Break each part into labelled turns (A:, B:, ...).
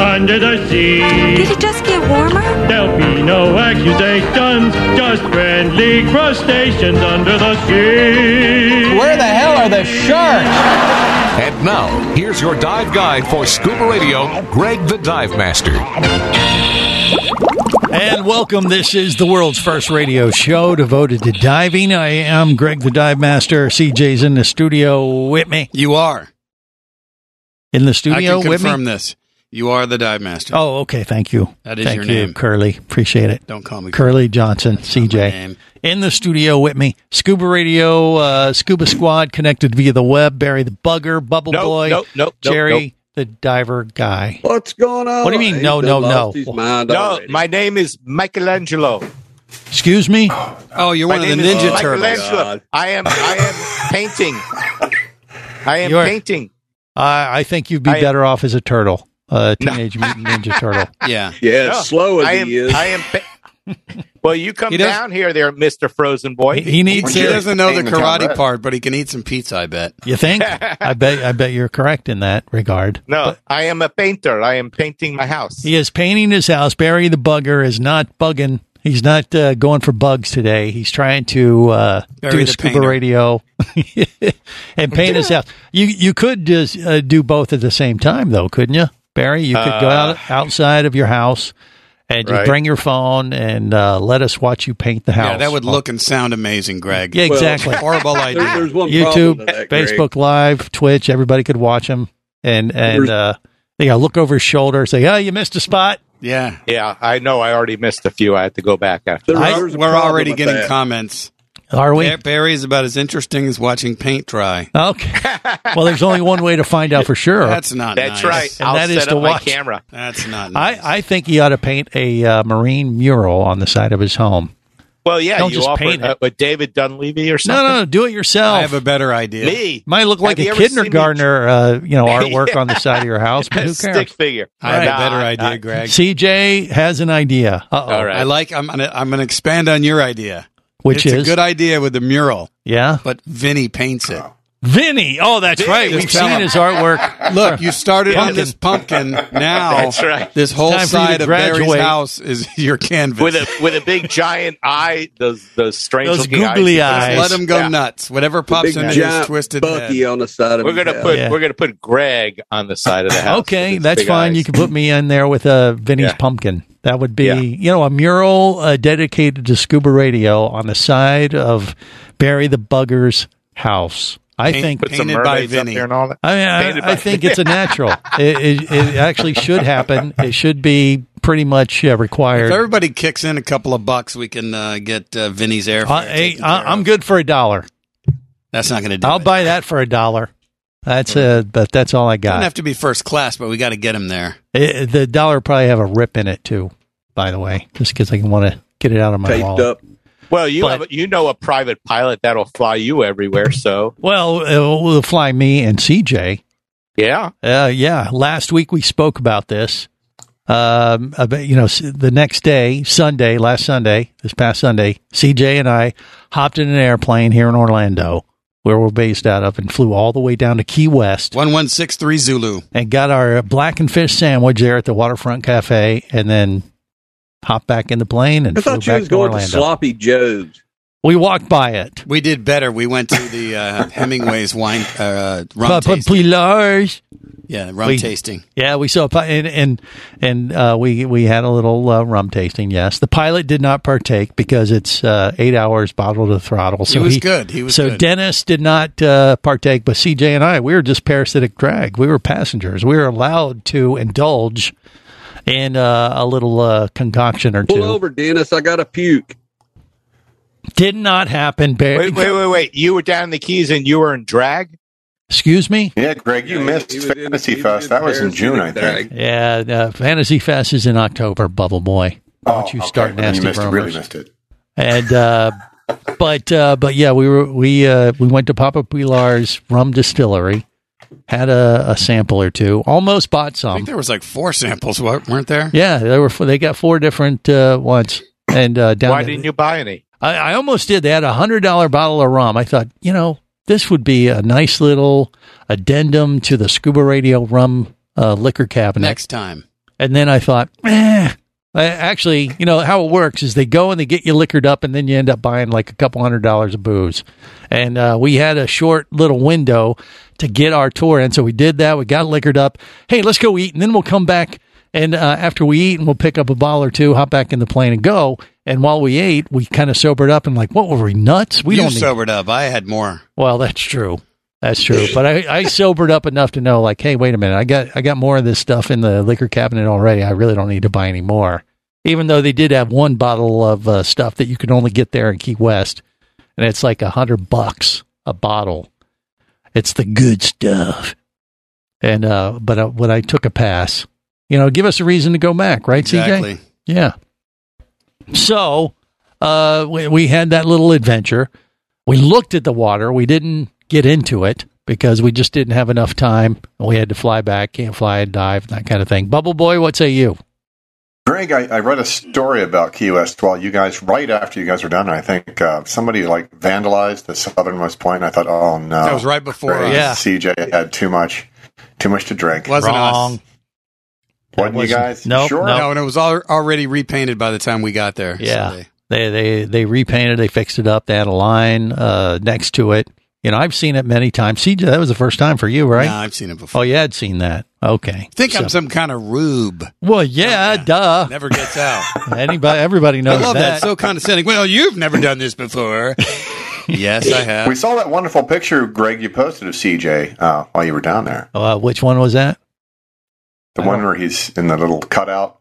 A: under the sea.
B: Did it just get warmer?
A: There'll be no accusations, just friendly crustaceans under the sea.
C: Where the hell are the sharks?
D: And now, here's your dive guide for scuba radio, Greg the Dive Master.
C: And welcome. This is the world's first radio show devoted to diving. I am Greg the Dive Master. CJ's in the studio with me.
E: You are.
C: In the
E: I
C: studio
E: can
C: with me.
E: confirm this. You are the dive master.
C: Oh, okay. Thank you.
E: That is
C: Thank
E: your
C: you,
E: name.
C: Curly. Appreciate it.
E: Don't call me
C: Curly Johnson, CJ,
E: name.
C: in the studio with me. Scuba Radio, uh, Scuba Squad, connected via the web. Barry the Bugger, Bubble
F: Nope,
C: Boy,
F: nope, nope, nope,
C: Jerry
F: nope.
C: the Diver Guy.
G: What's going on?
C: What do you mean,
G: He
C: no,
G: done
C: no,
G: lost
C: no?
G: His mind
F: No,
G: already.
F: my name is Michelangelo.
C: Excuse me.
E: Oh, you're
F: My
E: one of the
F: name is
E: Ninja Turtles.
F: Michelangelo.
G: Oh, God.
F: I am. I am painting. I am
C: You're-
F: painting.
C: I, I think you'd be
F: I-
C: better off as a turtle, a teenage mutant ninja turtle.
E: Yeah.
G: yeah,
F: No,
G: as slow as
F: I am.
G: he is.
F: I am. pa- well, you come
E: He does-
F: down here, there, Mister Frozen Boy.
C: He needs
E: He
C: to-
E: doesn't know the
F: Name the
E: karate
F: combat.
E: part, but he can eat some pizza, I bet.
C: You think? I bet. I bet you're correct in that regard.
F: no, I am a painter. I am painting my house.
C: He is painting his house. Barry the bugger is not bugging. He's not uh, going for bugs today. He's trying to uh,
E: Barry
C: do
E: the
C: scuba
E: painter.
C: radio and paint his house. You you could just uh, do both at the same time, though, couldn't you, Barry? You could go
E: Uh,
C: out outside of your house and you
F: Right.
C: bring your phone and uh, let us watch you paint the house.
E: Yeah, that would look and sound amazing, Greg.
C: Yeah, exactly.
E: Horrible
G: There-
E: idea.
G: there's one
C: YouTube,
G: problem to that, Greg.
C: Facebook Live, Twitch. Everybody could watch him, and and
G: There's-
C: uh, they gotta look over his shoulder, say, "Oh, you missed a spot."
E: Yeah.
F: Yeah, I know. I already missed a few. I had to go back Uh, after.
G: There-
C: I-
G: there's a
E: We're
G: problem
E: already
G: with
E: getting
G: that.
E: comments.
C: Are we?
E: Bar- Barry is about as interesting as watching paint dry.
C: Okay. well, there's only one way to find out for sure.
E: That's not
F: That's
E: nice.
F: right.
C: And
F: I'll
C: that is
F: set
C: to
F: up my
C: watch.
F: camera.
E: That's not nice.
C: I, I think he ought to paint a uh, marine mural on the side of his home.
F: Well, yeah,
C: Don't
F: you
C: just
F: offer
C: paint
F: uh,
C: it.
F: with David Dunleavy or
C: No,
F: something.
C: no, no, do it yourself.
E: I have a better idea.
F: Me
C: Might look like
F: Have you
C: a
F: ever seen me-
C: kindergartner, uh, you know, artwork on the side of your house, but who
F: stick
C: cares?
F: figure.
E: I have
F: Nah,
E: a better
F: I-
E: idea, Greg.
C: CJ has an idea. Uh-oh.
F: All right.
E: I like. I'm gonna. I'm gonna expand on your idea,
C: Which
E: it's
C: is
E: a good idea with the mural,
C: yeah,
E: but Vinny paints it.
C: Vinny. Oh, that's right.
E: Just
C: We've
E: tell
C: seen
E: him.
C: his artwork.
E: Look, you started
C: Pumpkin.
E: on this pumpkin. Now,
F: That's right.
E: This whole
C: Time for you to
E: side of Barry's
C: graduate.
E: house is your canvas.
F: with a with a big giant eye, those those strange
C: Those
F: looking
C: googly
F: eyes.
C: eyes.
E: Let him go
F: Yeah.
E: nuts. Whatever
G: Big
E: pops into his
G: giant
E: twisted
G: Bucky
E: head.
G: on the side of
F: We're
G: his
F: gonna
G: house.
F: put
C: Yeah.
F: we're gonna put Greg on the side of the house. with
C: Okay,
F: his
C: that's
F: big
C: fine.
F: eyes.
C: You can put me in there with a Vinny's
F: Yeah.
C: pumpkin. That would be,
F: Yeah.
C: you know, a mural uh, dedicated to scuba radio on the side of Barry the Bugger's house. I
E: Paint-
C: think.
F: put some
E: painted by
F: mermaids up
E: Vinny.
F: there and all that.
C: I mean,
F: painted
C: I, I
F: by-
C: think it's a natural. it, it, it actually should happen. It should be pretty much uh,
E: If
C: required.
E: everybody kicks in a couple of bucks, we can uh, get uh, Vinny's airfare.
C: Uh, hey,
E: taken care
C: I, I'm
E: of.
C: good for a dollar.
E: That's not going to do.
C: I'll
E: it.
C: buy that for a dollar. That's uh but that's all I
E: Doesn't
C: got.
E: have to be first class, but we got to get him there.
C: It- the dollar probably have a rip in it too. By the way, just because I want to get it out of my
G: taped
C: wallet.
G: up.
F: Well, you
C: But-
F: have you know a private pilot that'll fly you everywhere. So
C: Well, it will fly me and CJ.
F: yeah,
C: Uh, yeah, last week we spoke about this. Um, about, you know, s- the next day, Sunday, last Sunday, this past Sunday, CJ and I hopped in an airplane here in Orlando, where we're based out of, and flew all the way down to Key West
E: One one six three Zulu.
C: and got our black and fish sandwich there at the Waterfront Cafe, and then hopped back in the plane and
G: I
C: flew
G: thought you
C: back
G: was
C: to
G: going to
C: Orlando.
G: Sloppy Joe's.
C: we walked by it.
E: We did better. We went to the uh, Hemingway's wine uh, rum
C: But, but
E: tasting.
C: please, Lars.
E: Yeah, rum
C: we-
E: tasting.
C: Yeah, we saw a pi- and and and uh, we we had a little uh, rum tasting. Yes, the pilot did not partake because it's uh, eight hours bottle to throttle. So
E: he was good. He was
C: so
E: good.
C: Dennis did not uh, partake, but CJ and I, we were just parasitic drag. We were passengers. We were allowed to indulge and uh, a little uh, concoction or two.
G: Pull over, Dennis. I got to puke.
C: Did not happen. Bear-
F: Wait, wait, wait, wait. You were down in the keys and you were in drag?
C: Excuse me.
H: Yeah, Greg, you
G: Yeah, he-
H: missed
G: he was in-
H: Fantasy
G: he was
H: Fest.
G: in
H: That was in June, I
G: Thursday.
H: think.
C: Yeah, uh, Fantasy Fest is in October. Bubble boy, why don't you start
H: Oh, then
C: nasty
H: you missed, it, really
C: rumors?
H: missed it.
C: and uh, but uh, but yeah, we were we uh, we went to Papa Pilar's rum distillery, had a, a sample or two, almost bought
E: I
C: some.
E: think there was like four samples, wa- weren't there?
C: Yeah, they were they got four different uh, ones. And uh, down
F: Why
C: the-
F: didn't you buy any?
C: I, I almost did. They had a hundred dollar bottle of rum. I thought, you know, this would be a nice little addendum to the Scuba Radio rum uh, liquor cabinet.
E: Next time.
C: And then I thought, eh. I, actually, you know how it works is they go and they get you liquored up, and then you end up buying like a couple hundred dollars of booze. And uh, we had a short little window to get our tour in, so we did that. We got liquored up. Hey, let's go eat, and then we'll come back. And uh, after we eat, and we'll pick up a bottle or two, hop back in the plane, and go. And while we ate, we kind of sobered up and like, what were we nuts? We
E: you
C: don't need
E: sobered up. I had more.
C: well, that's true. That's true. But I, I sobered up enough to know, like, hey, wait a minute, I got I got more of this stuff in the liquor cabinet already. I really don't need to buy any more. Even though they did have one bottle of uh, stuff that you could only get there in Key West, and it's like a hundred bucks a bottle. It's the good stuff. And uh, but uh, when I took a pass, you know, give us a reason to go back, right, CJ?
E: Exactly.
C: Yeah. So uh, we, we had that little adventure. We looked at the water. We didn't get into it because we just didn't have enough time. We had to fly back, can't fly and dive, that kind of thing. Bubble Boy, what say you?
H: Greg, I, I read a story about Key West while you guys, right after you guys were done. I think uh, somebody like vandalized the southernmost point. I thought, oh no,
E: That was right before
H: Greg,
E: us.
C: Yeah.
H: CJ had too much, too much to drink.
E: Wasn't
C: Wrong.
E: us.
H: Wasn't you
C: wasn't-
H: guys?
C: Nope,
H: sure.
C: nope.
E: No, and it was al- already repainted by the time we got there. So
C: Yeah.
E: they-
C: They they they repainted, they fixed it up. They had a line uh, next to it. You know, I've seen it many times. CJ, that was the first time for you, right?
E: No, I've seen it
C: Oh,
E: before.
C: yeah, I'd seen that. Okay.
E: I think I'm
C: So-
E: some kind of rube.
C: well, yeah, duh.
E: Never gets out.
C: Anybody, everybody
E: I
C: knows
E: love that.
C: that.
E: So condescending. Well, you've never done this before. yes, I have.
H: We saw that wonderful picture, Greg, you posted of CJ uh, while you were down there.
C: uh, which one was that?
H: The
G: Oh.
H: one where he's in the little cutout.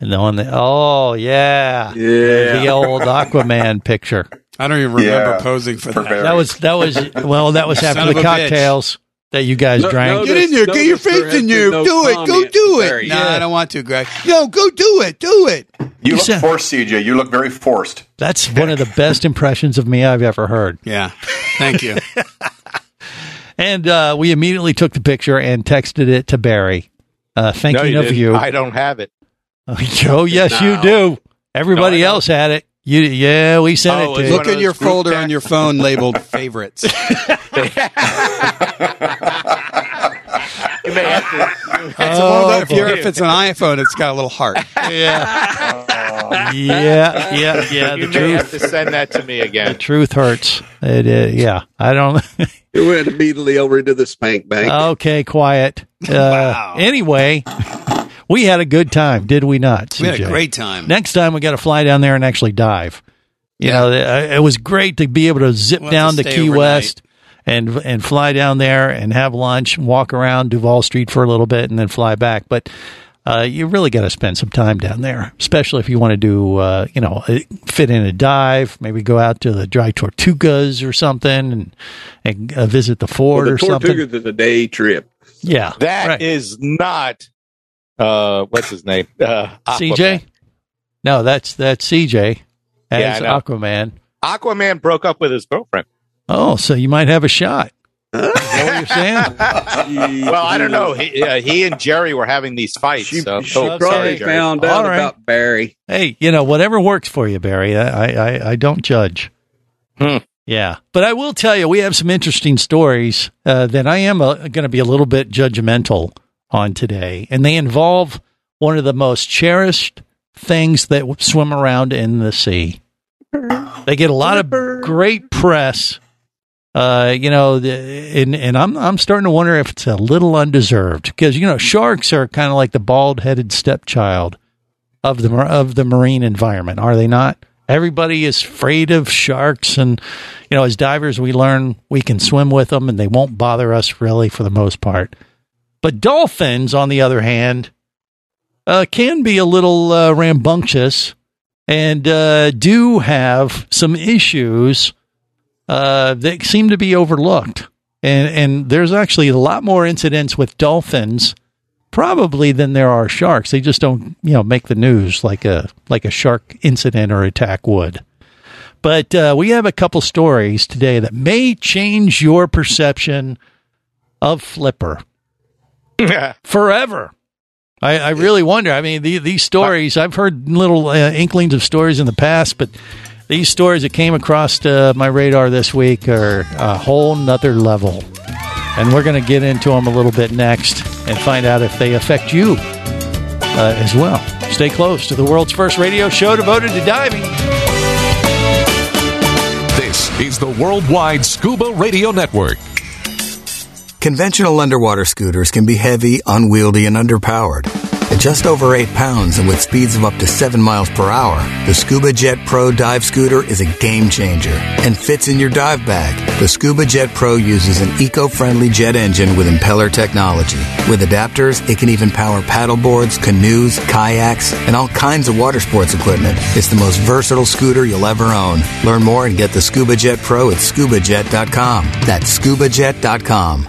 C: And the one that, oh, yeah.
G: Yeah.
C: The old Aquaman picture.
E: I don't even remember
H: Yeah.
E: posing for
H: For
E: that.
H: Barry.
C: That was, that was, well, that was
E: Son
C: after the
E: of a bitch.
C: cocktails that you guys
G: No-
C: drank.
G: no-
E: Get in there. Get your
G: Notice there
E: face
G: has
E: in
G: been
E: you.
G: no
E: do it. Go
G: comment
E: do
G: there
E: it. No,
G: yet.
E: I don't want to, Greg. No, go do it. Do it.
H: You look
C: said-
H: forced, CJ. You look very forced.
C: That's one of the best impressions of me I've ever heard.
E: Yeah. Thank you.
C: And uh, we immediately took the picture and texted it to Barry, uh,
F: no,
C: thanking of
F: didn't.
C: you.
F: I don't have it.
C: oh, yes, you
G: No.
C: do. Everybody else had it. You, yeah, we sent
F: Oh,
C: it to
F: it's
C: you.
F: one
E: Look
F: of
E: in
F: those
E: your
F: group
E: folder
F: text-
E: on your phone labeled favorites.
F: You may have to.
E: It's a little-
C: Oh,
E: if, you're,
C: boy.
E: if it's an iPhone, it's got a little heart.
C: yeah, yeah, yeah. The
F: you may have
C: truth,
F: to send that to me
C: the
F: again.
C: truth hurts. It, uh, yeah, I don't.
G: It went immediately over into the spank bank.
C: okay, quiet. Uh, Anyway, we had a good time, did we not?
E: We had a
C: CJ?
E: great time.
C: Next time we got to fly down there and actually dive. You know, th- uh, it was great to be able to zip
E: We'll have
C: down
E: to
C: to,
E: stay
C: Key
E: overnight.
C: West and and fly down there and have lunch, walk around Duval Street for a little bit, and then fly back. But uh, you really got to spend some time down there, especially if you want to do, uh, you know, uh, fit in a dive, maybe go out to the Dry Tortugas or something, and and uh, visit the
G: Well,
C: fort
G: the
C: or something.
G: Tortugas is a day trip.
C: Yeah,
F: That
C: right.
F: is not. Uh, what's his name? Uh, Aquaman.
C: CJ? No, that's that's CJ as
F: Yeah, I know.
C: Aquaman.
F: Aquaman broke up with his girlfriend.
C: Oh, so you might have a shot. Is that what you're saying?
F: Well, I don't know. He, uh, he and Jerry were having these fights.
G: She,
F: so,
G: she
F: oh,
G: probably
F: sorry, Jerry.
G: found out
C: All right.
G: about Barry.
C: hey, you know, whatever works for you, Barry. I I, I don't judge.
F: Hmm.
C: Yeah, but I will tell you, we have some interesting stories uh, that I am going to be a little bit judgmental on today, and they involve one of the most cherished things that w- swim around in the sea. They get a lot of great press, uh, you know, the, and and I'm I'm starting to wonder if it's a little undeserved because you know sharks are kind of like the bald headed stepchild of the mar- of the marine environment, are they not? Everybody is afraid of sharks, and you know, as divers, we learn we can swim with them, and they won't bother us really for the most part. But dolphins, on the other hand, uh, can be a little uh, rambunctious and uh, do have some issues uh, that seem to be overlooked. And, and there's actually a lot more incidents with dolphins probably than there are sharks. They just don't, you know, make the news like a like a shark incident or attack would. But uh, we have a couple stories today that may change your perception of Flipper forever. I, I really wonder. I mean, the, these stories, I've heard little uh, inklings of stories in the past, but these stories that came across uh, my radar this week are a whole nother level. And we're going to get into them a little bit next and find out if they affect you uh, as well. Stay close to the world's first radio show devoted to diving.
D: This is the Worldwide Scuba Radio Network.
I: Conventional underwater scooters can be heavy, unwieldy, and underpowered. At just over 8 pounds and with speeds of up to 7 miles per hour, the Scuba Jet Pro dive scooter is a game changer and fits in your dive bag. The Scuba Jet Pro uses an eco friendly jet engine with impeller technology. With adapters, it can even power paddle boards, canoes, kayaks, and all kinds of water sports equipment. It's the most versatile scooter you'll ever own. Learn more and get the Scuba Jet Pro at scubajet.com. That's scubajet.com.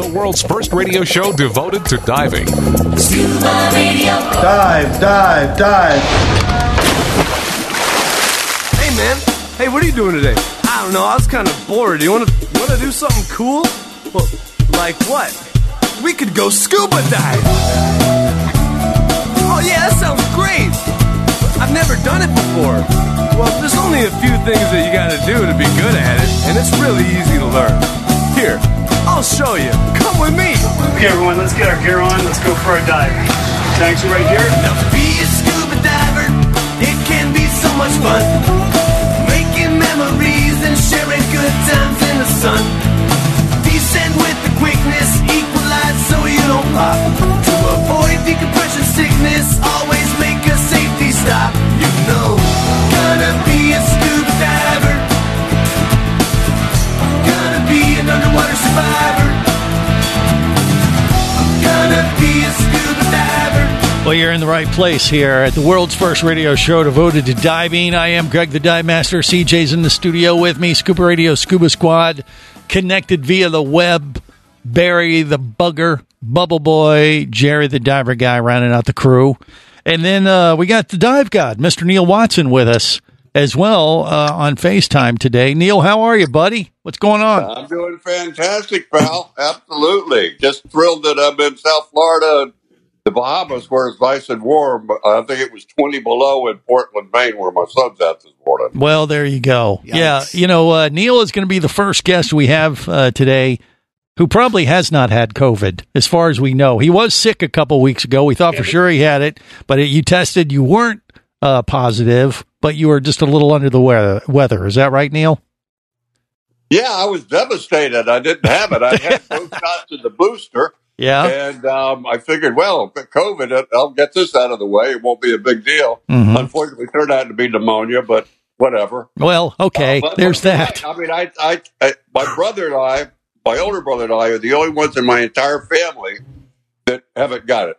D: The world's first radio show devoted to diving.
A: Dive, dive, dive.
J: Hey, man. Hey, what are you doing today? I don't know. I was kind of bored. You want to want to do something cool? Well, like what? We could go scuba dive. Oh yeah, that sounds great. But I've never done it before. Well, there's only a few things that you got to do to be good at it, and it's really easy to learn. Here, I'll show you. Come with me.
K: Okay, everyone, let's get our gear on. Let's go for a dive. Tanks are right here.
J: Now be a scuba diver, it can be so much fun. Making memories and sharing good times in the sun. Descend with the quickness, equalize so you don't pop. To avoid decompression sickness, always make a safety stop. You know, gonna be a scuba diver, gonna be an underwater survivor. Gonna be a scuba diver.
C: Well, you're in the right place here at the world's first radio show devoted to diving. I am Greg the Dive Master. CJ's in the studio with me. Scuba Radio, Scuba Squad, connected via the web. Barry the Bugger, Bubble Boy, Jerry the Diver Guy rounding out the crew. And then uh, we got the Dive God, Mr. Neil Watson, with us as well uh, on FaceTime today. Neil, how are you, buddy? What's going on?
L: I'm doing fantastic, pal. Absolutely. Just thrilled that I'm in South Florida the Bahamas where it's nice and warm. But I think it was 20 below in Portland, Maine, where my son's at this morning.
C: Well, there you go. Yeah, you know, uh, Neil is going to be the first guest we have uh, today who probably has not had COVID, as far as we know. He was sick a couple weeks ago. We thought for sure he had it, but it, you tested, you weren't uh, positive, but you were just a little under the weather. weather. Is that right, Neil?
L: Yeah, I was devastated. I didn't have it. I had both shots of the booster.
C: Yeah.
L: And um, I figured, well, if it COVID, it- I'll get this out of the way. It won't be a big deal.
F: Mm-hmm.
C: Mhm.
L: Unfortunately, it turned out to be pneumonia, but whatever.
C: Well, okay.
L: But-
C: There's
L: but-
C: that.
L: I mean, I, I, I, my brother and I, my older brother and I, are the only ones in my entire family that haven't got it.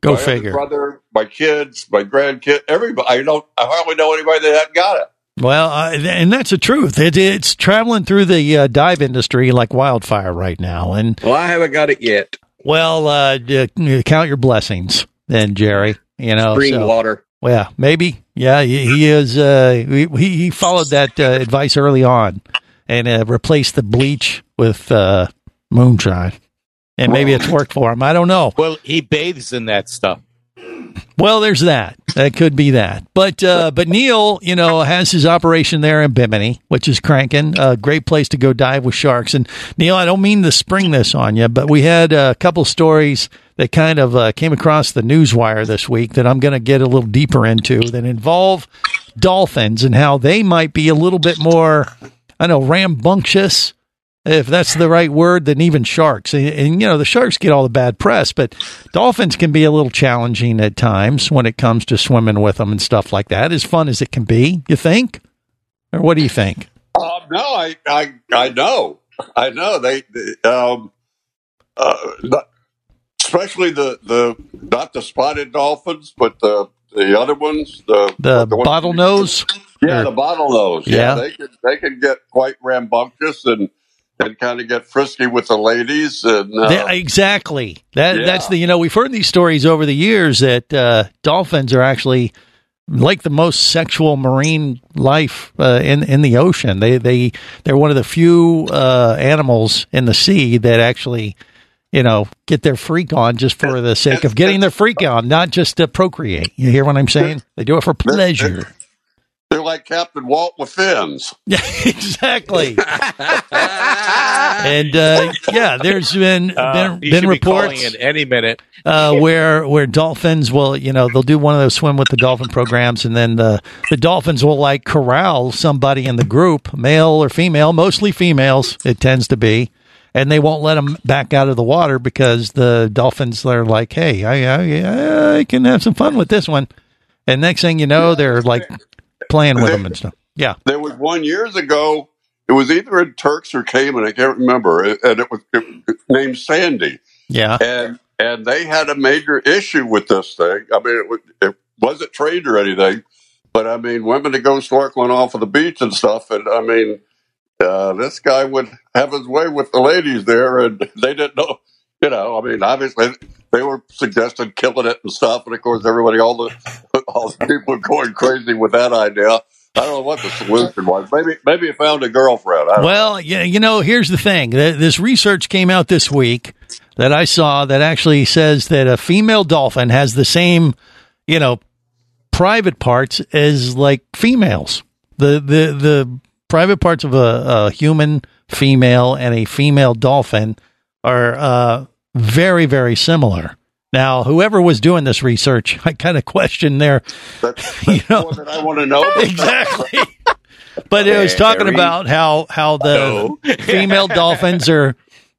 C: Go
L: my other
C: figure.
L: brother, my kids, my grandkid, everybody. I don't. I hardly know anybody that hasn't got it.
C: Well, uh, and that's the truth. It, it's traveling through the uh, dive industry like wildfire right now. And
G: Well, I haven't got it yet.
C: well, uh, d- count your blessings, then, Jerry. You know,
G: Spring water.
C: Well, yeah, maybe. Yeah, he, he is. Uh, he he he followed that uh, advice early on, and uh, replaced the bleach with uh, moonshine, and maybe it's worked for him. I don't know.
F: Well, he bathes in that stuff.
C: Well, there's that. That could be that. But uh, but Neil, you know, has his operation there in Bimini, which is cranking. A great place to go dive with sharks. And Neil, I don't mean to spring this on you, but we had a couple stories that kind of uh, came across the news wire this week that I'm going to get a little deeper into that involve dolphins and how they might be a little bit more, I don't know, rambunctious if that's the right word, then even sharks. And, and, you know, the sharks get all the bad press, but dolphins can be a little challenging at times when it comes to swimming with them and stuff like that. As fun as it can be, you think? Or what do you think?
L: Um, no, I, I, I know, I know. They, they, um, uh, not- especially the the not the spotted dolphins, but the the other ones, the
C: The
L: ones-
C: bottlenose?
L: yeah, the bottlenose.
C: Er, Yeah.
L: Yeah, they can they can get quite rambunctious and and kind of get frisky with the ladies and uh,
C: That- exactly. That
L: Yeah.
C: that's the you know we've heard these stories over the years that uh, dolphins are actually like the most sexual marine life uh, in in the ocean. They they they're one of the few uh, animals in the sea that actually you know get their freak on just for the sake of getting their freak on, not just to procreate. You hear what I'm saying? They do it for pleasure.
L: they're like Captain Walt with fins.
C: Yeah, exactly. and uh, yeah, there's been
F: Uh,
C: been,
F: he
C: been
F: should
C: reports
F: be calling in any minute.
C: uh, where where dolphins will you know they'll do one of those swim with the dolphin programs and then the the dolphins will like corral somebody in the group male or female mostly females it tends to be and they won't let them back out of the water because the dolphins are like hey I I, I can have some fun with this one and next thing you know they're like playing with them and stuff yeah
L: There was one years ago. It was either in Turks or Cayman. I can't remember. And it was it, was named Sandy.
C: yeah
L: and and they had a major issue with this thing. I mean, it, was, it wasn't trained or anything, but I mean, women to go snorkeling off of the beach and stuff, and I mean, uh, this guy would have his way with the ladies there, and they didn't know, you know. I mean, obviously they were suggesting killing it and stuff, and of course, everybody, all the all the people were going crazy with that idea. I don't know what the solution was. Maybe maybe he found a girlfriend. I don't
C: Well, yeah, you know, here's the thing. Th- This research came out this week that I saw that actually says that a female dolphin has the same, you know, private parts as like females. The the the private parts of a, a human female and a female dolphin are uh, very very similar. Now, whoever was doing this research, I kind of question their you know,
L: know. I want to know
C: exactly. but it was talking
L: Very-
C: about how how the female dolphins are,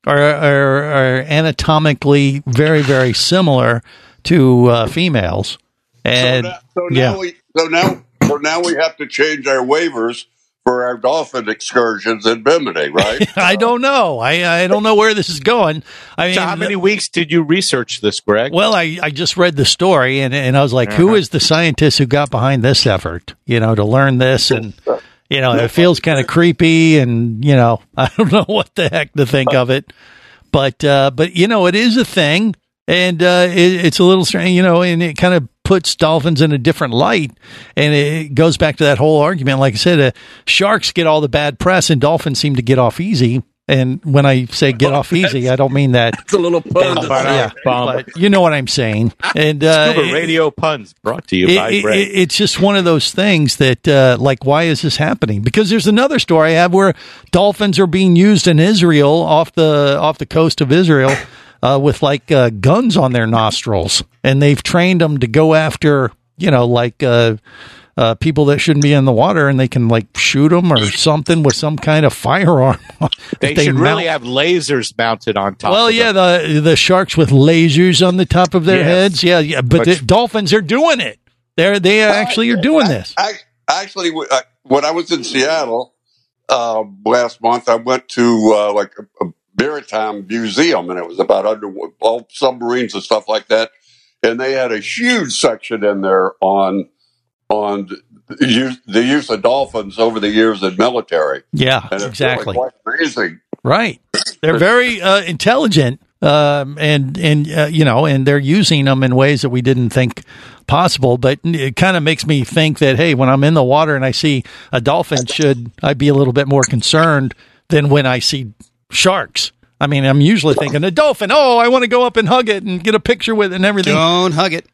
C: are are are anatomically very very similar to uh, females, and
L: So now
C: yeah,
L: we so now so now we have to change our waivers for our dolphin excursions in Bimini, right?
C: I don't know. I I don't know where this is going. I mean,
F: So how many weeks did you research this, Greg?
C: Well, I, I just read the story and, and I was like, who is the scientist who got behind this effort, you know, to learn this? And, you know, it feels kind of creepy and, you know, I don't know what the heck to think of it. But, uh, but, you know, it is a thing and uh, it, it's a little strange, you know, and it kind of puts dolphins in a different light. And it goes back to that whole argument. Like I said, uh, sharks get all the bad press and dolphins seem to get off easy. And when I say get off easy, I don't mean that.
G: It's a little pun.
C: yeah, but you know what I'm saying. And uh,
F: Scuba radio puns brought to you
C: it-
F: by
C: it-
F: Brett.
C: it- it's just one of those things that, uh, like, why is this happening? Because there's another story I have where dolphins are being used in Israel off the off the coast of Israel uh, with like uh, guns on their nostrils, and they've trained them to go after you know like uh, uh, people that shouldn't be in the water, and they can like shoot them or something with some kind of firearm. If
F: they, should
C: mount-
F: really have lasers mounted on top.
C: well,
F: of
C: yeah,
F: them.
C: the the sharks with lasers on the top of their
F: Yes.
C: heads. Yeah, yeah, but,
F: But-
C: the dolphins are doing it. They're they actually are doing this.
L: actually w- uh, when I was in Seattle uh, last month, I went to uh, like a, a maritime museum, and it was about under all submarines and stuff like that. And they had a huge section in there on on the use, the use of dolphins over the years in military.
C: Yeah,
L: And it's really
C: exactly.
L: quite amazing.
C: Right. They're very uh, intelligent, um, and and uh, you know, and they're using them in ways that we didn't think possible. But it kind of makes me think that hey, when I'm in the water and I see a dolphin, should I be a little bit more concerned than when I see sharks? I mean, I'm usually thinking a dolphin. Oh, I want to go up and hug it and get a picture with it and everything.
E: Don't hug it.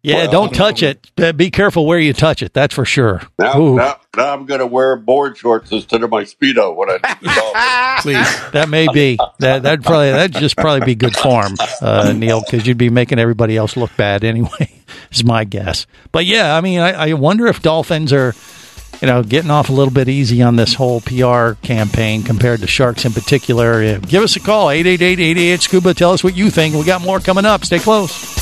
C: Yeah,
L: Well,
C: don't touch it. Uh, Be careful where you touch it. That's for sure.
L: Now,
C: Ooh,
L: now, now I'm going to wear board shorts instead of my speedo when I do the dolphins.
E: Please.
C: that may be that. That'd probably that'd just probably be good form, uh, Neil, because you'd be making everybody else look bad anyway. Is my guess. But yeah, I mean, I, I wonder if dolphins are, you know, getting off a little bit easy on this whole PR campaign compared to sharks in particular. Uh, Give us a call 888 scuba. Tell us what you think. We got more coming up. Stay close.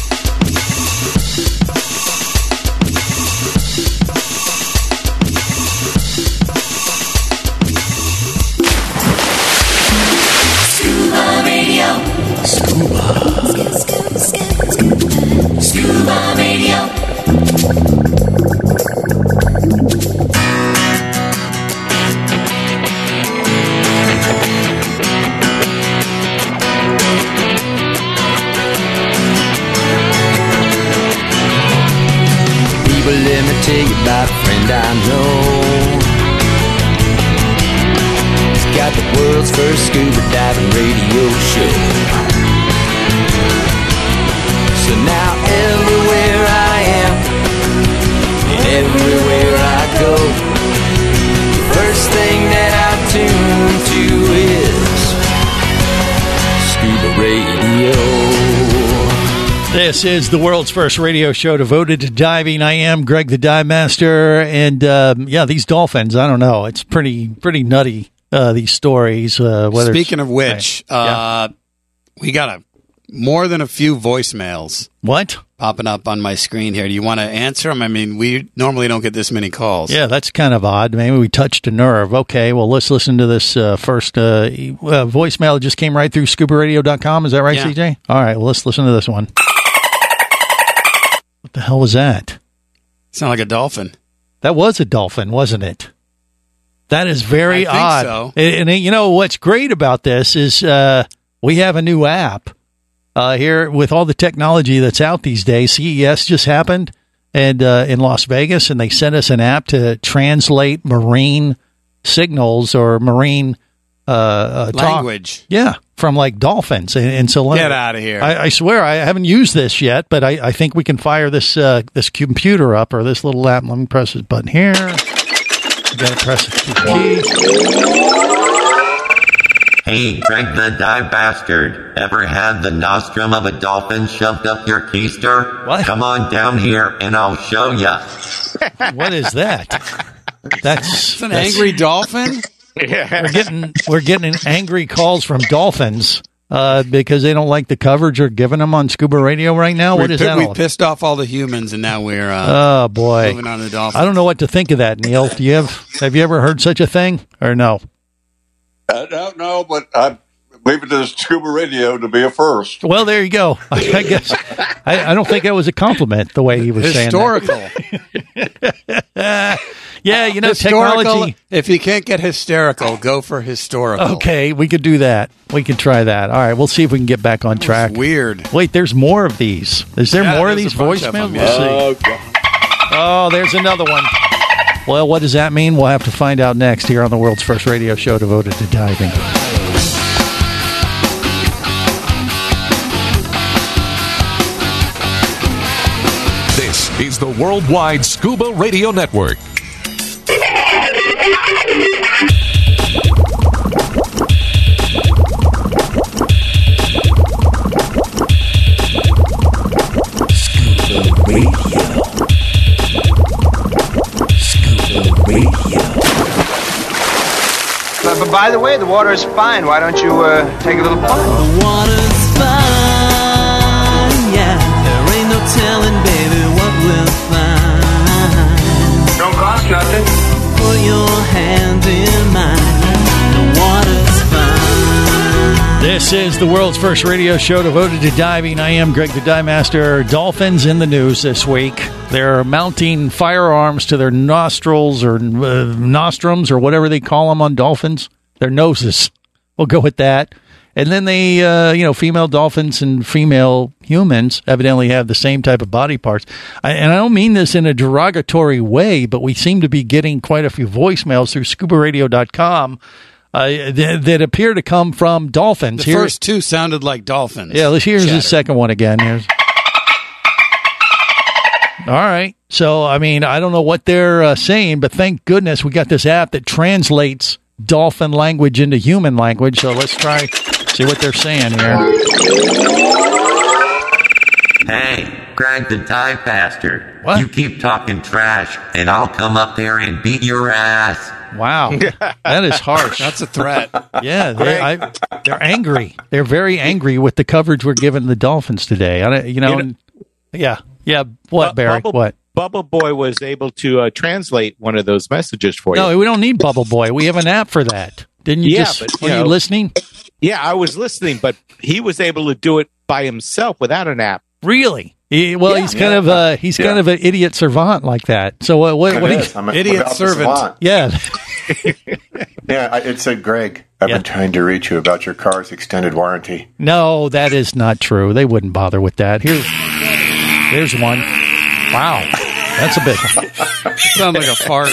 J: People, let me tell you about a friend I know. He's got the world's first scuba diving radio show. So now everywhere I am, and everywhere I go, the first thing that I tune to is scuba radio.
C: This is the world's first radio show devoted to diving. I am Greg the Dive Master, and um, yeah, these dolphins. I don't know. It's pretty pretty nutty. Uh, these stories. Uh, whether it's-
E: Speaking of which, uh, we got a more than a few voicemails
C: what?
E: popping up on my screen here. Do you want to answer them? I mean, we normally don't get this many calls.
C: Yeah, that's kind of odd. Maybe we touched a nerve. Okay, well, let's listen to this uh, first uh, e- uh, voicemail. that just came right through scubaradio.com. Is that right,
E: Yeah.
C: CJ? All right, well, let's listen to this one. What the hell was that?
E: sound like a dolphin.
C: That was a dolphin, wasn't it? That is very
E: I think
C: odd.
E: so.
C: And, and you know what's great about this is uh, we have a new app uh, here with all the technology that's out these days. CES just happened and uh, in Las Vegas, and they sent us an app to translate marine signals or marine uh, uh, talk.
E: Language.
C: Yeah, from like dolphins, and, and so
E: Get outta here.
C: I, I swear I haven't used this yet, but I, I think we can fire this uh, this computer up or this little app. Let me press this button here. You gotta press the key.
M: Hey, Greg the dive bastard. Ever had the nostrum of a dolphin shoved up your keister?
C: What?
M: Come on down here and I'll show ya.
C: What is that? That's
E: It's an
C: that's-
E: angry dolphin.
C: We're getting we're getting angry calls from dolphins uh, because they don't like the coverage you're giving them on Scuba Radio right now. What
E: we,
C: is
E: pi-
C: that?
E: we
C: all-
E: pissed off all the humans, and now we're uh,
C: Oh boy!
E: moving on to the dolphins.
C: I don't know what to think of that, Neil. Do you have have you ever heard such a thing or no?
L: I don't know, but I'm leaving this scuba radio to be a first.
C: Well, there you go. I, I guess I, I don't think that was a compliment the way he was
E: historical.
C: saying. That. Yeah, you know,
E: historical.
C: technology.
E: If you can't get hysterical, go for historical.
C: Okay, we could do that. We could try that. All right, we'll see if we can get back on track.
E: Weird.
C: Wait, there's more of these. Is there
E: Yeah,
C: more of
E: there's
C: these
E: a bunch of
C: voicemails?
E: them,
C: Let's see.
E: yeah.
C: Oh, there's another one. Well, what does that mean? We'll have to find out next here on the world's first radio show devoted to diving.
D: worldwide scuba radio network.
N: Uh, but by the way, the water is fine. Why don't you uh, take a little plunge?
J: The water's fine, yeah. There ain't no telling, baby, what we'll find.
N: Don't cost nothing.
J: Put your hand in mine. The water's fine.
C: This is the world's first radio show devoted to diving. I am Greg the Dive Master. Dolphins in the news this week. They're mounting firearms to their nostrils or uh, nostrums or whatever they call them on dolphins. Their noses. We'll go with that. And then they, uh, you know, female dolphins and female humans evidently have the same type of body parts. I, and I don't mean this in a derogatory way, but we seem to be getting quite a few voicemails through scubaradio.com uh, that, that appear to come from dolphins.
E: The first two sounded like dolphins.
C: Yeah, let's- here's the
E: Chatter.
C: second one again. Here's. All right. So, I mean, I don't know what they're uh, saying, but thank goodness we got this app that translates dolphin language into human language. So let's try see what they're saying here.
M: Hey, Greg the dive bastard. You keep talking trash, and I'll come up there and beat your ass.
C: Wow, that is harsh. That's a
E: threat.
C: Yeah, they, I, they're angry. They're very angry with the coverage we're giving the Dolphins today. I, don't- you know,
O: You know-
C: and- yeah, yeah. What, Barry?
O: Bubble,
C: what?
O: Bubble Boy was able to uh, translate one of those messages for you.
C: No, we don't need Bubble Boy. We have an app for that. Didn't you
O: Yeah,
C: just?
O: but,
C: were
O: you
C: you
O: know-
C: listening?
O: Yeah, I was listening, but he was able to do it by himself without an app.
C: Really? He- well,
O: Yeah.
C: he's kind of uh, he's kind of an idiot servant like that. So uh, what?
H: It
C: what
H: is. I'm a- Idiot about the servant. savant.
C: Yeah.
H: Yeah, I, it said, Greg, I've been trying to reach you about your car's extended warranty.
C: No, that is not true. They wouldn't bother with that. Here, there's one. Wow, that's a bit.
E: Sounds like a fart.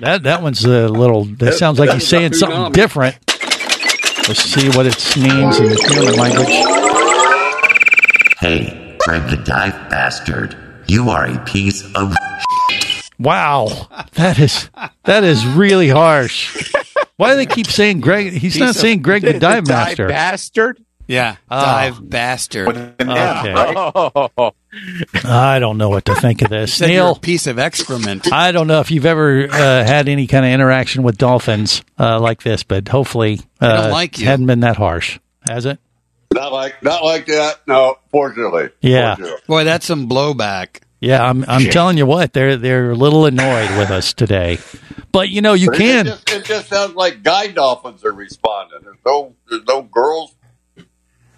C: That that one's a little. That sounds like
E: that
C: he's
E: is a
C: saying something
E: tsunami.
C: different. Let's see what it means in human language.
M: Hey, Greg the dive bastard. You are a piece of.
C: Wow, that is that is really harsh. Why do they keep saying Greg? He's not
E: Piece of-
C: saying Greg the, Dive Master.
O: bastard.
E: Yeah,
C: Ah.
E: dive bastard.
C: Okay.
O: Oh.
C: I don't know what to think of this.
E: Said you're
C: Neil,
E: a piece of excrement.
C: I don't know if you've ever uh, had any kind of interaction with dolphins uh, like this, but hopefully,
L: They
C: uh,
L: don't like you.
C: hadn't been that harsh, has it?
L: Not like not like that. No, fortunately.
C: Yeah.
E: Boy, that's some blowback.
C: Yeah, I'm. I'm
E: Shit.
C: telling you what, they're they're a little annoyed with us today, but you know you
L: But it-
C: can.
L: It just, it just sounds like guy dolphins are responding. There's no there's no girls.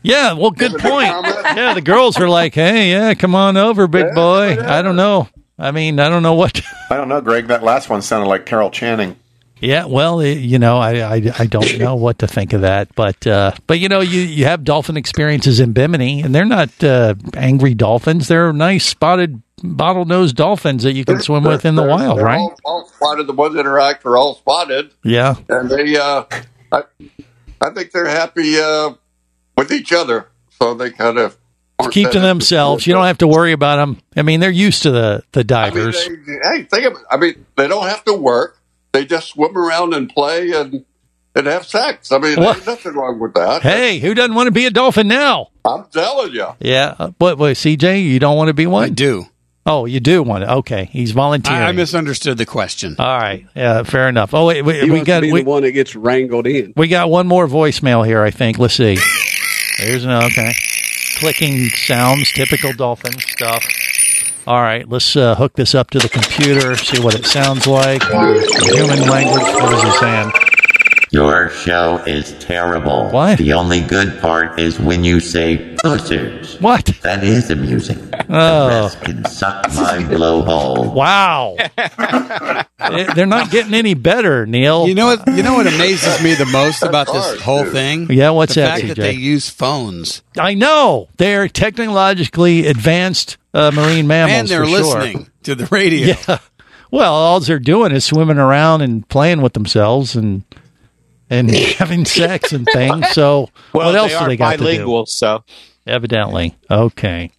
C: Yeah, well, good
L: Giving a
C: point.
L: comment.
C: Yeah, the girls are like, "Hey, yeah, come on over, big boy." I don't know. I mean, I don't know what.
H: I don't know, Greg. That last one sounded like Carol Channing.
C: Yeah, well, it, you know, I, I I don't know what to think of that, but uh, but you know, you you have dolphin experiences in Bimini, and they're not uh, angry dolphins. They're nice spotted bottlenose dolphins that you can swim with in the wild,
L: They're
C: right?
L: All, all spotted. The ones that are act are all spotted,
C: Yeah.
L: and they. Uh, I, I think they're happy uh, with each other, so they kind of aren't
C: Keep to
L: that-
C: themselves. You don't have to worry about them. I mean, they're used to the the divers.
L: Hey, think of it. I mean, they don't have to work. They just swim around and play and and have sex. I mean,
C: What?
L: there's nothing wrong with that.
C: hey, who doesn't want to be a dolphin now?
L: I'm telling you.
C: Yeah. uh, What, what, CJ, you don't want to be one? I
E: do.
C: Oh, you do want to. Okay. He's volunteering.
E: I, I misunderstood the question.
C: All right. Yeah, fair enough. Oh, wait. Uh, We,
G: He
C: we
G: wants to
C: got
G: be
C: we,
G: the one that gets wrangled in.
C: we got one more voicemail here, I think. Let's see. There's an okay. Clicking sounds, typical dolphin stuff. All right, let's uh, hook this up to the computer, see what it sounds like. Human language, what is it saying?
M: Your show is terrible. What? The only good part is when you say pussers.
C: What?
M: That is amusing. The
C: Oh,
M: rest can suck my blowhole.
C: wow. They- They're not getting any better, Neil.
E: You know what? You know what amazes me the most about this whole thing?
C: Yeah, what's
E: the
C: that,
E: fact that
C: CJ?
E: they use phones.
C: I know they're technologically advanced uh, marine mammals,
E: and they're
C: for sure.
E: listening to the radio.
C: Yeah. Well, all they're doing is swimming around and playing with themselves and and having sex and things. So
O: Well,
C: what else
O: they
C: do
O: are
C: they got
O: bilingual,
C: to do? So evidently, okay.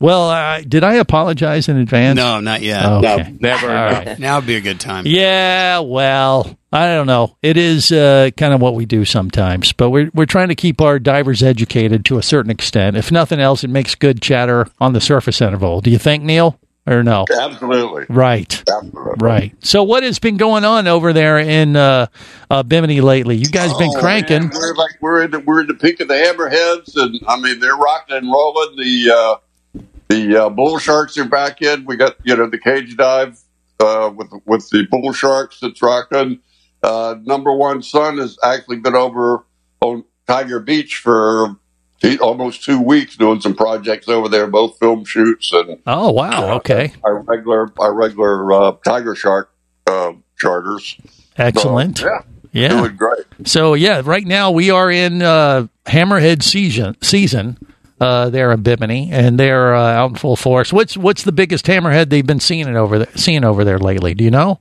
C: Well, I did I apologize in advance?
E: No, not yet.
C: Oh, okay.
E: never.
C: All right.
E: Now would be a good time.
C: Yeah, well, I don't know. It is uh, kind of what we do sometimes, but we're we're trying to keep our divers educated to a certain extent. If nothing else, it makes good chatter on the surface interval. Do you think, Neil? Or no?
L: Absolutely.
C: Right.
L: Absolutely.
C: Right. So, what has been going on over there in uh, uh, Bimini lately? You guys been
L: Oh,
C: cranking?
L: man, we're like we're in the, we're in the peak of the hammerheads, and I mean they're rocking and rolling. The uh, the uh, bull sharks are back in. We got you know the cage dive uh, with with the bull sharks that's rocking. Uh, number one son has actually been over on Tiger Beach for t- almost two weeks doing some projects over there, both film shoots and
C: Oh, wow. Okay.
L: our regular our regular uh, tiger shark uh, charters.
C: Excellent.
L: So, yeah.
C: Yeah.
L: Doing great.
C: So yeah, right now we are in uh, hammerhead season. Season uh, there in Bimini, and they're uh, out in full force. What's what's the biggest hammerhead they've been seeing it over there, seeing over there lately? Do you know?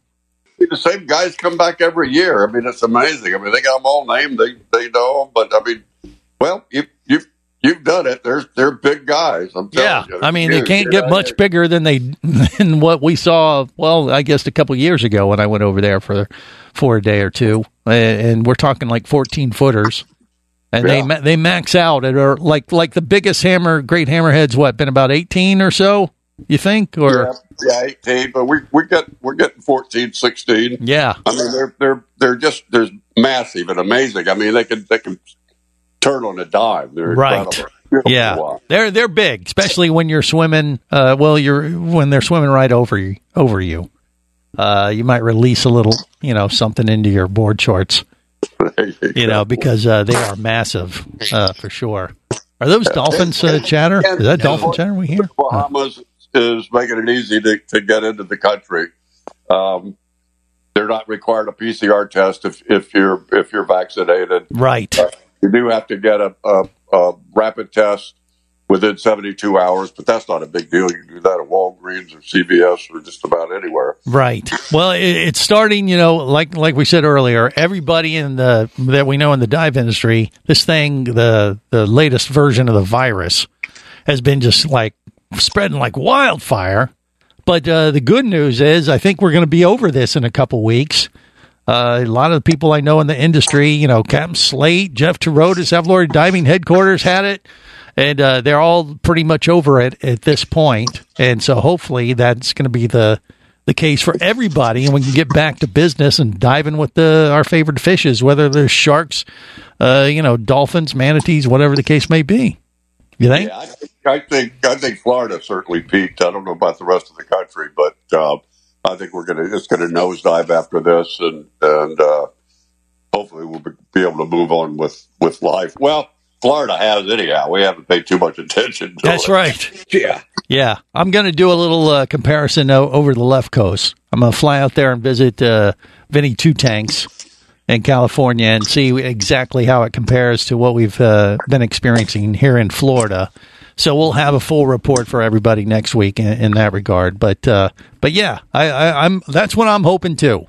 L: the same guys come back every year. I mean, it's amazing. I mean, they got them all named. They they know 'em, but I mean, well, you you you've done it. They're they're big guys. I'm telling
C: Yeah,
L: you.
C: I mean
L: Huge,
C: they can't
L: you
C: get
L: know?
C: much bigger than they than what we saw. Well, I guess a couple years ago when I went over there for for a day or two, and, and we're talking like fourteen footers, and they
L: Yeah.
C: ma- they max out at or like like the biggest hammer, great hammerheads. What been about eighteen or so? You think or?
L: Yeah, yeah, eighteen, but we we got we're getting 14, 16.
C: Yeah.
L: I mean they're they're they're just they're massive and amazing. I mean they can they can turn on a dime. They're
C: Right.
L: incredible. Beautiful
C: Yeah,
L: wild.
C: they're they're big, especially when you're swimming. Uh, well, you're when they're swimming right over you. Over you, uh, you might release a little, you know, something into your board shorts. You know, because uh, they are massive uh, for sure. Are those dolphins uh, chatter? Is that dolphin chatter we hear?
L: Bahamas is making it easy to, to get into the country. Um, they're not required a PCR test if, if you're if you're vaccinated.
C: Right.
L: Uh, you do have to get a, a, a rapid test within 72 hours, but that's not a big deal. You can do that at Walgreens or CVS or just about anywhere.
C: Right. Well, it, it's starting. You know, like like we said earlier, everybody in the that we know in the dive industry, this thing, the the latest version of the virus, has been just like spreading like wildfire. But uh, the good news is, I think we're going to be over this in a couple weeks. Uh, a lot of the people I know in the industry, you know, Captain Slate, Jeff Terotis, Avlord Diving Headquarters had it, and uh, they're all pretty much over it at this point. And so hopefully that's going to be the the case for everybody, and we can get back to business and diving with the our favorite fishes, whether they're sharks, uh, you know, dolphins, manatees, whatever the case may be. You think?
L: Yeah, I think, I think I think Florida certainly peaked. I don't know about the rest of the country, but uh, I think we're gonna it's gonna nosedive after this, and and uh, hopefully we'll be be able to move on with with life. Well, Florida has anyhow. We haven't paid too much attention. To
C: That's
L: it.
C: right.
L: Oh, Yeah.
C: Yeah, I'm going to do a little uh, comparison o- over the left coast. I'm going to fly out there and visit uh, Vinny Two Tanks in California and see exactly how it compares to what we've uh, been experiencing here in Florida. So we'll have a full report for everybody next week in, in that regard. But uh, but yeah, I, I, I'm that's what I'm hoping to, and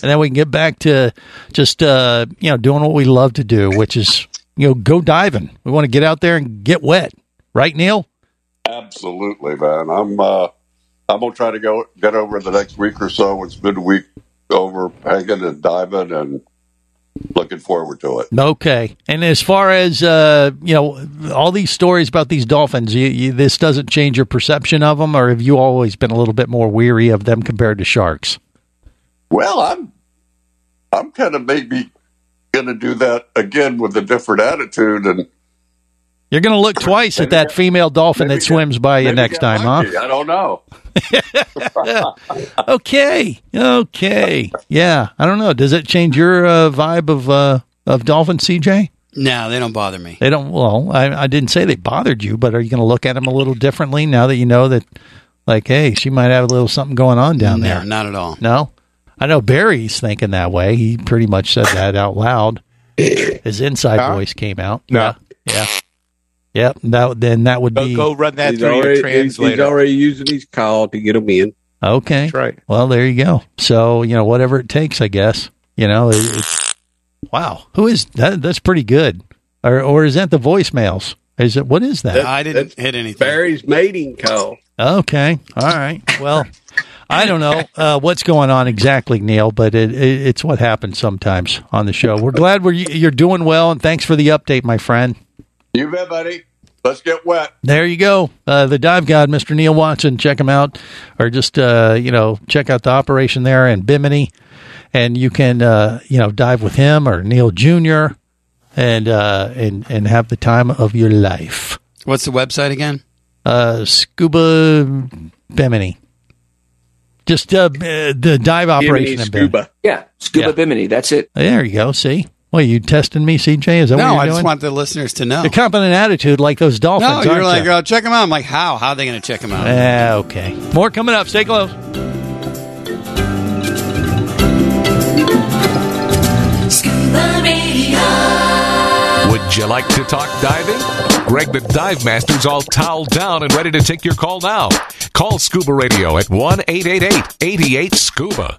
C: then we can get back to just uh, you know doing what we love to do, which is you know go diving. We want to get out there and get wet, right, Neil?
L: Absolutely, man. I'm uh, I'm gonna try to go get over the next week or so. It's been a week over hanging and diving and looking forward to it.
C: Okay. And as far as uh, you know, all these stories about these dolphins, you, you, this doesn't change your perception of them, or have you always been a little bit more weary of them compared to sharks?
L: Well, I'm I'm kind of maybe going to do that again with a different attitude, and
C: You're going to look twice at that female dolphin that swims by you next time, huh?
L: I don't know.
C: Okay. Okay. Yeah. I don't know. Does it change your uh, vibe of uh, of dolphin, CJ?
E: No, they don't bother me.
C: They don't. Well, I, I didn't say they bothered you, but are you going to look at them a little differently now that you know that, like, hey, she might have a little something going on down
E: no,
C: there?
E: not at all.
C: No, I know Barry's thinking that way. He pretty much said that out loud. His inside voice came out.
O: No.
C: Yeah. Yep. That then that would be
O: Go run that
C: He's
O: through
C: already-
O: your
C: he's- he's
O: translator.
G: already using his call to get them in.
C: okay.
O: right.
C: Well, there you go. So you know whatever it takes, I guess. You know. it- it's- wow. Who is that? That's pretty good. Or or is that the voicemails? Is it what is that?
E: I didn't hit anything.
F: Barry's mating call.
C: Okay. All right. Well, I don't know uh, what's going on exactly, Neil, but it, it, it's what happens sometimes on the show. We're glad we're, you're doing well, and thanks for the update, my friend.
L: You bet, buddy. Let's get wet.
C: There you go. Uh, the dive god, Mr. Neil Watson. Check him out, or just uh, you know check out the operation there in Bimini, and you can uh, you know dive with him or Neil Junior, and uh, and and have the time of your life.
E: What's the website again?
C: Uh, scuba Bimini. Just uh, b- the dive operation in Bimini.
P: Yeah, scuba
C: Yeah.
P: bimini. That's it.
C: There you go. See, well, you testing me, CJ? Is that
E: no,
C: what you're
E: I just
C: doing?
E: want the listeners to know.
C: You're copping an attitude like those dolphins.
E: No, you're
C: aren't
E: like,
C: ya?
E: oh, check them out. I'm like, how? How are they going to check them out?
C: Ah, okay. More coming up. Stay close.
D: Would you like to talk diving? Greg the Dive Master's all toweled down and ready to take your call now. Call Scuba Radio at 1 888 88 Scuba.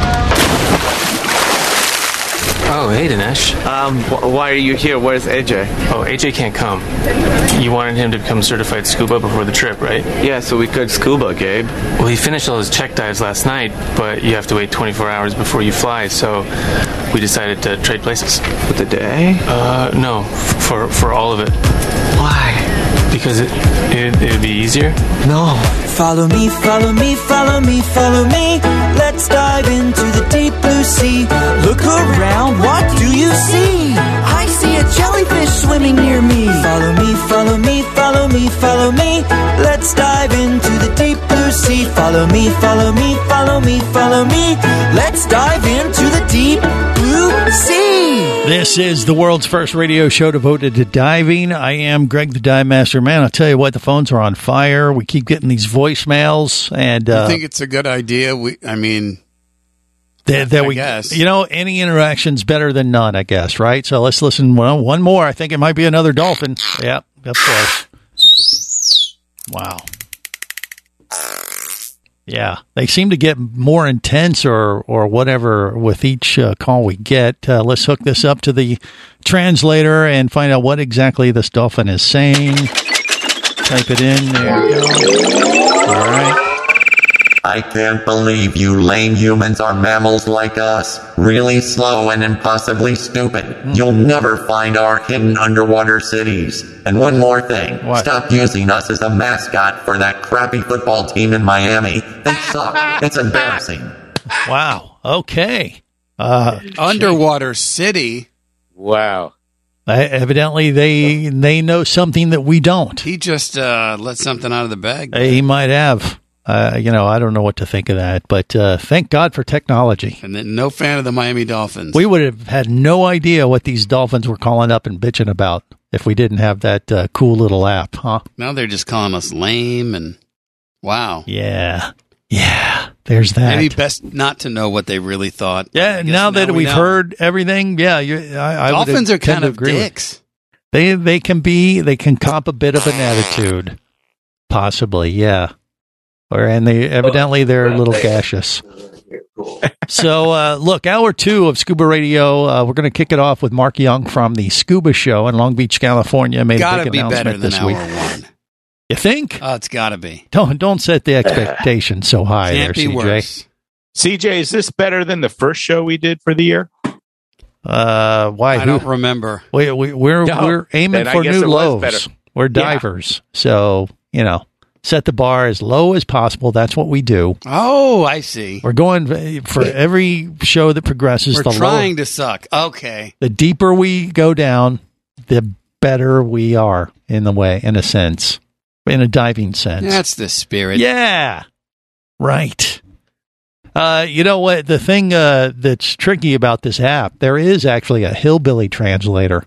Q: Oh, hey, Dinesh. Um, wh- why are you here? Where's AJ? Oh, AJ can't come. You wanted him to become certified scuba before the trip, right? Yeah, so we could scuba, Gabe. Well, he finished all his check dives last night, but you have to wait 24 hours before you fly, so we decided to trade places. For the day? Uh, no, f- for for all of it. Why? Because it, it it'd be easier. No.
J: Follow me, follow me, follow me, follow me. Let's dive into the deep blue sea. Look around, what do you see? I see a jellyfish swimming near me. Follow me, follow me, follow me, follow me. Let's dive into the deep blue sea. Follow me, follow me, follow me, follow me. Let's dive into the deep blue sea.
C: This is the world's first radio show devoted to diving. I am Greg the Dive Master. Man, I'll tell you what, the phones are on fire. We keep getting these voicemails, and
E: I
C: uh,
E: think it's a good idea. We, I mean,
C: that, that
E: I
C: we,
E: guess.
C: you know, any interaction's better than none, I guess, right? So let's listen. Well, one more. I think it might be another dolphin. Yep, that's close. Wow. Yeah, they seem to get more intense or or whatever with each uh, call we get. Uh, let's hook this up to the translator and find out what exactly this dolphin is saying. Type it in. There you go. All right.
M: I can't believe you lame humans are mammals like us. Really slow and impossibly stupid. You'll never find our hidden underwater cities. And one more thing. Stop using us as a mascot for that crappy football team in Miami. They suck. it's embarrassing.
C: Wow. Okay. Uh,
E: Underwater City.
O: Wow.
C: I, Uh, evidently, they they know something that we don't.
E: He just uh, let something out of the bag.
C: He might have. Uh, you know, I don't know what to think of that, but uh, thank God for technology.
E: And then no fan of the Miami Dolphins.
C: We would have had no idea what these dolphins were calling up and bitching about if we didn't have that uh, cool little app, huh?
E: now they're just calling us lame and wow.
C: Yeah. Yeah. There's that.
E: Maybe best not to know what they really thought.
C: yeah.
E: I guess
C: Now that
E: we
C: we've
E: know.
C: heard everything, yeah, you, I, I would
E: Dolphins
C: have-
E: are
C: tend
E: kind
C: to
E: of
C: agree with-
E: dicks.
C: They they can be they can cop a bit of an attitude, possibly, yeah. Or and they evidently they're a little gaseous. so uh, look, hour two of Scuba Radio. Uh, we're going to kick it off with Mark Young from the Scuba Show in Long Beach, California. Made a
E: Gotta
C: big
E: be
C: announcement
E: better than
C: this
E: hour
C: week.
E: one.
C: You think?
E: Oh, it's gotta be.
C: Don't don't set the expectation so high
E: Can't
C: there,
E: be
C: CJ.
E: worse.
O: CJ, is this better than the first show we did for the year?
C: Uh, why?
E: I
C: who-
E: don't remember.
C: we, we, we're
O: No,
C: we're aiming
O: then I
C: for
O: guess
C: new
O: it was
C: lows.
O: better.
C: We're
O: Yeah.
C: divers, so you know, set the bar as low as possible. That's what we do.
E: Oh, I see.
C: We're going v- for every show that progresses.
E: We're
C: the
E: trying
C: lower,
E: to suck. Okay.
C: the deeper we go down, the better we are in the way, in a sense, in a diving sense.
E: That's the spirit.
C: Yeah. Right. Uh, you know what? The thing uh, that's tricky about this app, there is actually a hillbilly translator.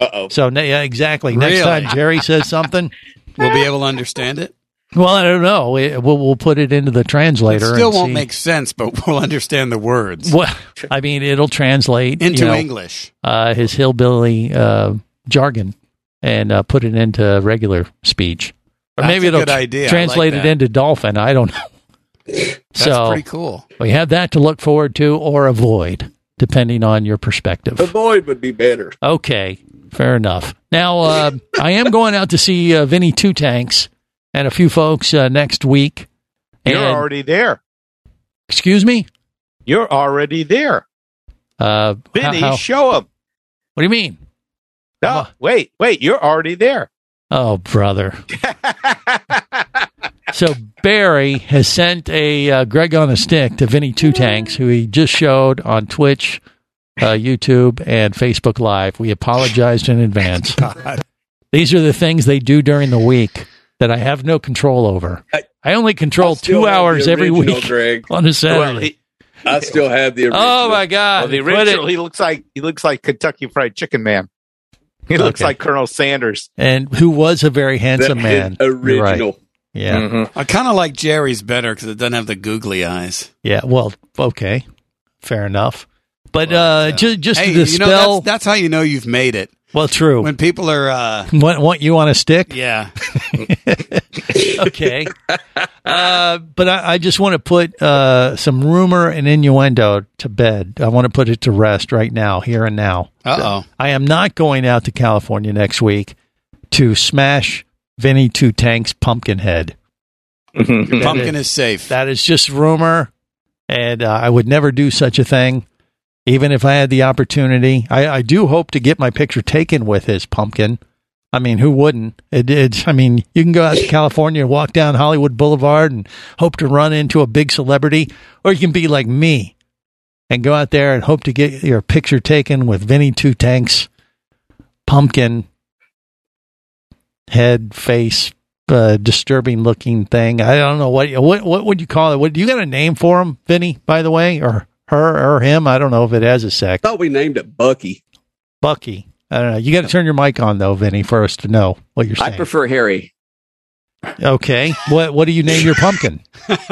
O: Uh oh.
C: So ne- yeah, exactly. Next
E: Really?
C: time Jerry says something,
E: We'll be able to understand it.
C: well, I don't know. We, we'll, we'll put it into the translator.
E: It still
C: and
E: won't
C: see-
E: make sense, but we'll understand the words
C: Well, I mean, it'll translate you
E: into
C: know,
E: English.
C: uh, his hillbilly uh, jargon and uh, put it into regular speech. Or
E: That's
C: maybe
E: a
C: it'll
E: good
C: tr-
E: idea. I
C: translate
E: like
C: it
E: that.
C: into dolphin. I don't know.
E: That's
C: so
E: pretty cool.
C: we have that to look forward to or avoid, depending on your perspective.
L: Avoid would be better.
C: Okay, fair enough. Now, uh, I am going out to see uh, Vinny Two Tanks and a few folks uh, next week.
O: You're
C: And-
O: already there.
C: excuse me.
O: You're already there.
C: Uh,
O: Vinny,
C: how- how-
O: show him.
C: what do you mean?
O: No, wait, wait. You're already there.
C: Oh, brother. so Barry has sent a uh, Greg on a stick to Vinny Two Tanks, who he just showed on Twitch, uh, YouTube, and Facebook Live. We apologized in advance. These are the things they do during the week that I have no control over. I only control two hours every week
L: Greg.
C: on a
O: Well,
C: Saturday.
O: he,
L: I still have the original.
C: Oh my
O: well,
C: God!
O: the
C: Quit it.
O: original, he looks like he looks like Kentucky Fried Chicken Man. He looks
C: Okay.
O: like Colonel Sanders.
C: And who was a very handsome
L: The
C: man? You're right.
L: original.
C: Yeah.
E: I kind of like Jerry's better because it doesn't have the googly eyes.
C: Yeah. Well. Okay. Fair enough. But uh, ju- just
E: Hey,
C: to
E: you
C: dispel.
E: know that's, that's how you know you've made it
C: well,
L: Oh.
C: true.
E: when people are. uh
C: want, want you on a stick?
E: Yeah,
C: okay. Uh, but I, I just want to put uh, some rumor and innuendo to bed. I want to put it to rest right now, here and now.
E: uh oh.
C: I am not going out to California next week to smash Vinny Two Tanks Pumpkinhead.
E: Pumpkin is safe.
C: That is just rumor, and uh, I would never do such a thing, even if I had the opportunity. I, I do hope to get my picture taken with his pumpkin. I mean, who wouldn't? It, it's, I mean, you can go out to California and walk down Hollywood Boulevard and hope to run into a big celebrity, or you can be like me and go out there and hope to get your picture taken with Vinny Two Tanks, pumpkin head, face, uh, disturbing looking thing. I don't know what what what would you call it? What do you got a name for him, Vinny? By the way, or her or him? I don't know if it has a sec.
L: thought we named it Bucky.
C: Bucky. I don't know. You got to turn your mic on though, Vinny, for us to know what you're
P: I
C: saying.
P: prefer Harry.
C: okay. What what do you name your pumpkin?